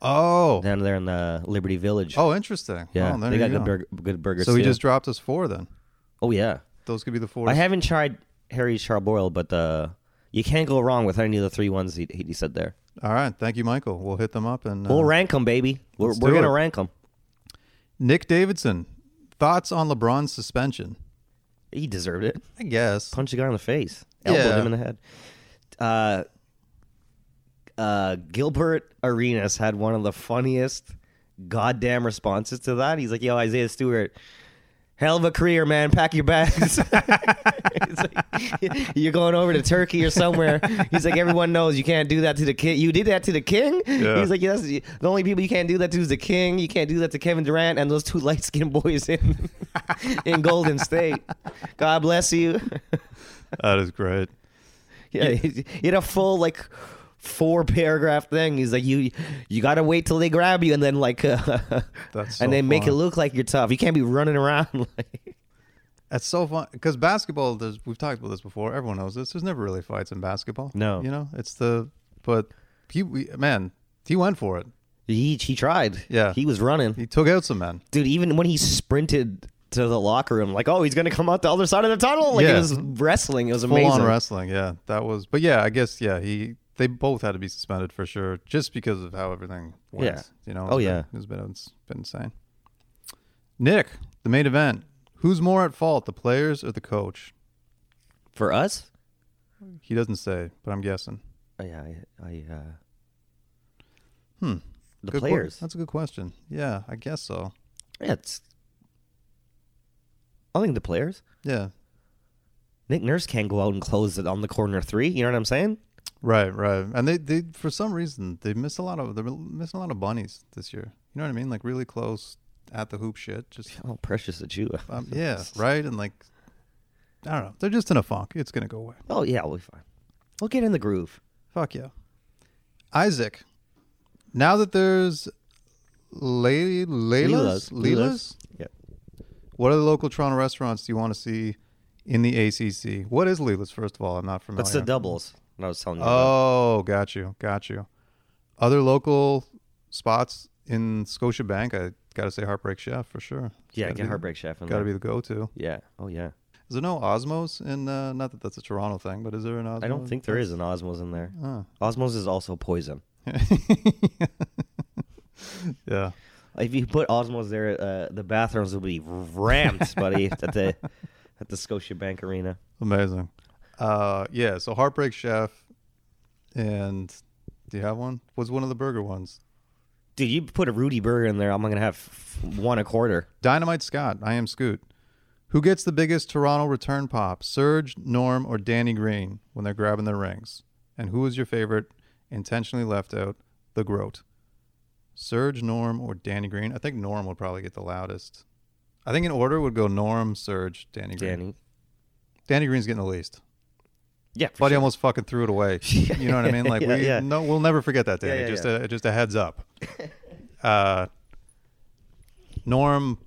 oh. down there in the Liberty Village. Oh, interesting. yeah, Oh, there they you got go. good burger good burgers. So he too. just dropped us four then. oh yeah. Those could be the four. I haven't tried Harry's Charboiled, but uh, you can't go wrong with any of the three ones he, he said there. All right. Thank you, Michael. We'll hit them up. And uh, We'll rank them, baby. We're, Let's we're do gonna it. rank them. Nick Davidson. Thoughts on LeBron's suspension? He deserved it. I guess. Punch a guy in the face. Elbowed Yeah. him in the head. Uh, uh, Gilbert Arenas had one of the funniest goddamn responses to that. He's like, yo, Isaiah Stewart, hell of a career, man. Pack your bags. He's like, You're going over to Turkey or somewhere. He's like, everyone knows you can't do that to the king. You did that to the king? He's like, yeah, that's the only people you can't do that to is the king. You can't do that to Kevin Durant and those two light skinned boys in, in Golden State. God bless you. That is great. Yeah, he he had a full like four paragraph thing. He's like, you you gotta wait till they grab you, and then like, uh, That's so and then make it fun. look like you're tough. You can't be running around. like That's so fun because basketball. There's we've talked about this before. Everyone knows this. There's never really fights in basketball. No. you know it's the but he we, man he went for it. He he tried. Yeah. he was running, He took out some men. dude. Even when he sprinted to the locker room, like, oh, he's gonna come out the other side of the tunnel. Like it Yeah. was wrestling. It was Full on amazing. wrestling. Yeah, that was. But yeah, I guess yeah he they both had to be suspended for sure just because of how everything went. Yeah. you know. Oh, it's been- yeah. it's been it's been insane. Nick, the main event. Who's more at fault, the players or the coach? for us. He doesn't say, but I'm guessing. Oh, yeah, I, I uh, Hmm. Good the que- players. That's a good question. Yeah, I guess so. yeah, it's. I think the players. Yeah. Nick Nurse can't go out and close it on the corner three. You know what I'm saying? Right, right, and they, they for some reason they miss a lot of they're missing a lot of bunnies this year. You know what I mean? Like really close at the hoop shit. Just Oh, precious that you. um, yeah, right, and like I don't know, they're just in a funk. It's gonna go away. Oh yeah, we'll be fine. We'll get in the groove. Fuck yeah, Isaac. Now that there's lady Layla's Leela's. Leela's, Oh, Yeah. what are the local Toronto restaurants do you want to see in the ACC? What is Leela's? First of all, I'm not familiar. That's the doubles. I was telling you. about. Oh, got you, got you. Other local spots in Scotiabank, I gotta say Heartbreak Chef for sure. It's Yeah, gotta get be- Heartbreak Chef in Gotta there. be the go-to. Yeah. Oh yeah. Is there no Osmos in? Uh, not that that's a Toronto thing, but is there an Osmos? Oh. I don't think there is an Osmos in there. Osmos is also poison. Yeah. If you put Osmos there, uh, the bathrooms will be rammed, buddy, at the at the Scotiabank Arena. Amazing. Uh, yeah. So Heartbreak Chef, and do you have one? Was one of the burger ones? Dude, you put a Rudy Burger in there, I'm gonna have f- one a quarter. Dynamite Scott. I am Scoot. Who gets the biggest Toronto return pop? Serge, Norm, or Danny Green when they're grabbing their rings? And who is your favorite? Intentionally left out. The Groat. Serge, Norm, or Danny Green? I think Norm would probably get the loudest. I think in order would go Norm, Serge, Danny Green. Danny. Danny Green's getting the least. Yeah. for Buddy sure. almost fucking threw it away. You know what I mean? Like Yeah, we yeah. no, we'll never forget that, Danny. yeah, just yeah. a just a heads up. uh, Norm,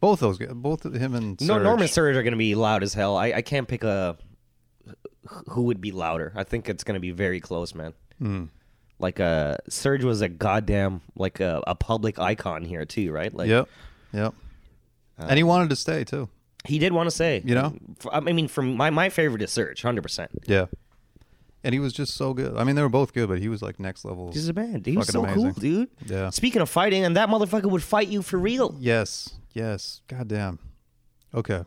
both those guys, both him and No, Serge. Norm and Surge are going to be loud as hell. I, I can't pick a who would be louder. I think it's going to be very close, man. Hmm. Like uh, Surge was a goddamn like a, a public icon here too, right? Like Yep, yep. and he Uh, wanted to stay too. he did want to say, You know? F- I mean, from my my favorite is Surge, hundred percent. Yeah, and he was just so good. I mean, they were both good, but he was like next level. He's a man. He was so Fucking cool, amazing. dude. Yeah. Speaking of fighting, and that motherfucker would fight you for real. Yes, yes. God damn. Okay,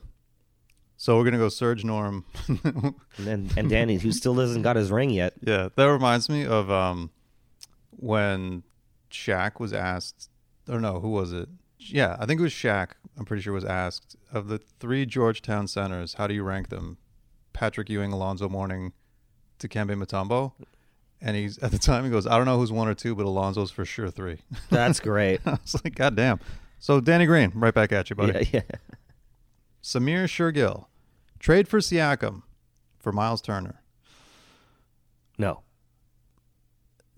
so we're gonna go Serge Norm. And then, and Danny, who still doesn't got his ring yet. Yeah, that reminds me of um when Shaq was asked or no, who was it? Yeah, I think it was Shaq, I'm pretty sure was asked of the three Georgetown centers, how do you rank them? Patrick Ewing, Alonzo Mourning, Dikembe Mutombo. And he's at the time he goes, I don't know who's one or two, but Alonzo's for sure three. That's great. I was like, God damn. So Danny Green, right back at you, buddy. yeah, yeah. Samir Shergill. Trade for Siakam for Miles Turner. No.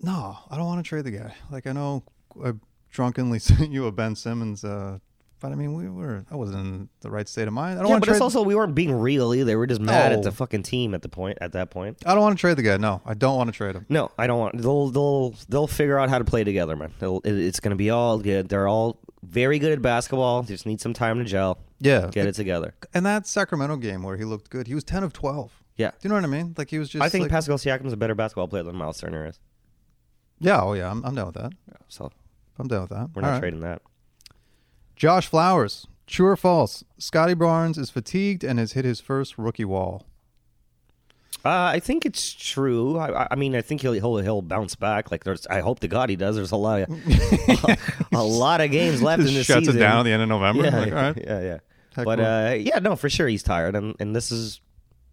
no, I don't want to trade the guy. Like I know I drunkenly sent you a Ben Simmons, uh, but I mean we were I wasn't in the right state of mind. I don't Yeah, want but to trade. it's also we weren't being real either. We're just mad at No. the fucking team at the point at that point. I don't want to trade the guy. No, I don't want to trade him. No, I don't want. They'll they'll they'll figure out how to play together, man. They'll, it, it's gonna be all good. They're all very good at basketball. Just need some time to gel. Yeah, Get it together. And that Sacramento game where he looked good, he was ten of twelve. Yeah. Do you know what I mean? Like he was just. I think like- Pascal Siakam's a better basketball player than Miles Turner is. Yeah. Oh yeah. I'm, I'm down with that. So I'm down with that. we're not All right. trading that. Josh Flowers. True or false? Scotty Barnes is fatigued and has hit his first rookie wall. Uh, I think it's true. I, I- I mean, I think he'll, he'll he'll bounce back. Like there's, I hope to God he does. There's a lot of a, lot of games left in Just this shuts season. it down at the end of November. Yeah, Like, all right. yeah, yeah. Heck but no. uh, yeah, no, for sure he's tired, and and this is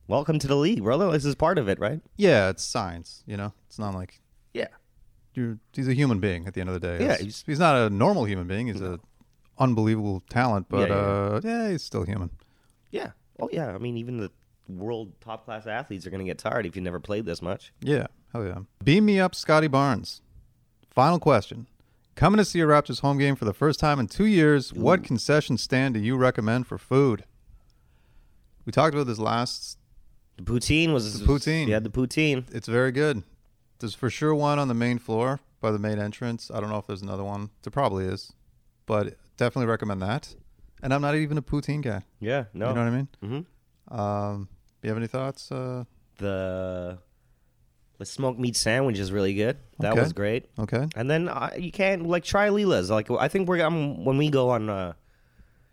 welcome to the league, brother. This is part of it, right? Yeah, it's science. You know, it's not like Yeah, you're, he's a human being at the end of the day. Yeah, It's- he's, he's- not a normal human being. He's a unbelievable talent, but Yeah, yeah, uh, yeah, he's still human. yeah. Oh yeah. I mean, even the world top class athletes are gonna get tired if you never played this much. Yeah, hell yeah. Beam me up, Scotty Barnes. Final question. Coming to see a Raptors home game for the first time in two years, what concession stand do you recommend for food? We talked about this last. The poutine was The poutine. Yeah, the poutine. It's very good. There's for sure one on the main floor by the main entrance. I don't know if there's another one. There probably is, but definitely recommend that. And I'm not even a poutine guy. Yeah, no. You know what I mean? Mm-hmm. Um, you have any thoughts? Uh, The the smoked meat sandwich is really good. That Okay. was great. okay. And then uh, you can like try Leela's. Like I think we're I'm, when we go on uh,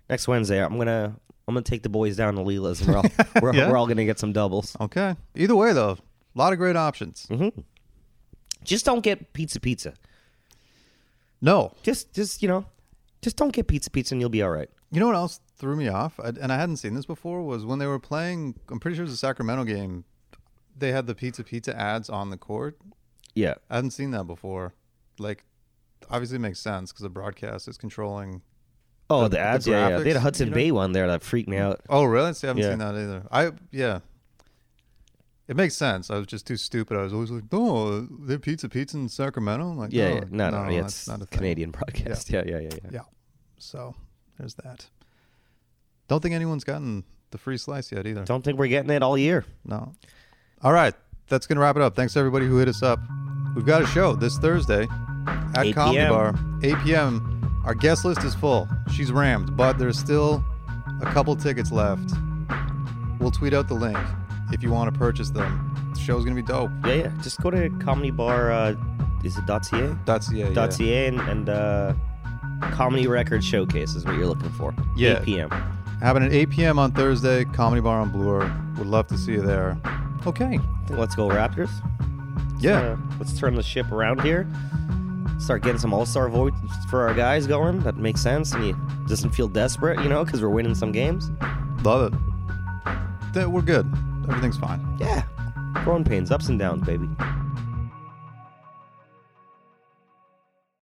next Wednesday, I'm gonna I'm gonna take the boys down to Leela's, and we're all, we're, Yeah. we're all gonna get some doubles. Mm-hmm. Okay. Either way, though, a lot of great options. Just don't get pizza pizza. No. Just just you know, just don't get pizza pizza, and you'll be all right. You know what else threw me off? I, and I hadn't seen this before was when they were playing, I'm pretty sure it was the Sacramento game, they had the Pizza Pizza ads on the court. Yeah. I hadn't seen that before. Like, obviously it makes sense because the broadcast is controlling. Oh, the, the ads. yeah, yeah. They had a graphics, Hudson you know? Bay one there that freaked me out. Oh, really? See, I haven't Yeah. seen that either. I, yeah. It makes sense. I was just too stupid. I was always like, no, they're Pizza Pizza in Sacramento? I'm like, Yeah, no, yeah. no, no, yeah, that's it's not a thing. Canadian broadcast. Yeah, yeah, yeah, yeah. Yeah. So there's that. Don't think anyone's gotten the free slice yet either. Don't think we're getting it all year. No. All right. That's going to wrap it up. Thanks to everybody who hit us up. We've got a show this Thursday at 8 Comedy p.m.. Bar, 8 p.m. Our guest list is full. She's rammed, but there's still a couple tickets left. We'll tweet out the link if you want to purchase them. The show's gonna be dope. Yeah, yeah. Just go to comedy bar. Uh, is it dot .ca? Dot .ca. Dot yeah. .ca and, and uh, comedy record showcase is what you're looking for. Yeah. 8 p.m. Happening at 8 p.m. on Thursday. Comedy Bar on Bloor. Would love to see you there. Okay. I think let's go Raptors. Yeah. Uh, let's turn the ship around here. Start getting some All Star votes for our guys going. That makes sense, and you doesn't feel desperate, you know, because we're winning some games. Love it. Th- We're good. Everything's fine. Yeah, growing pains, ups and downs, baby.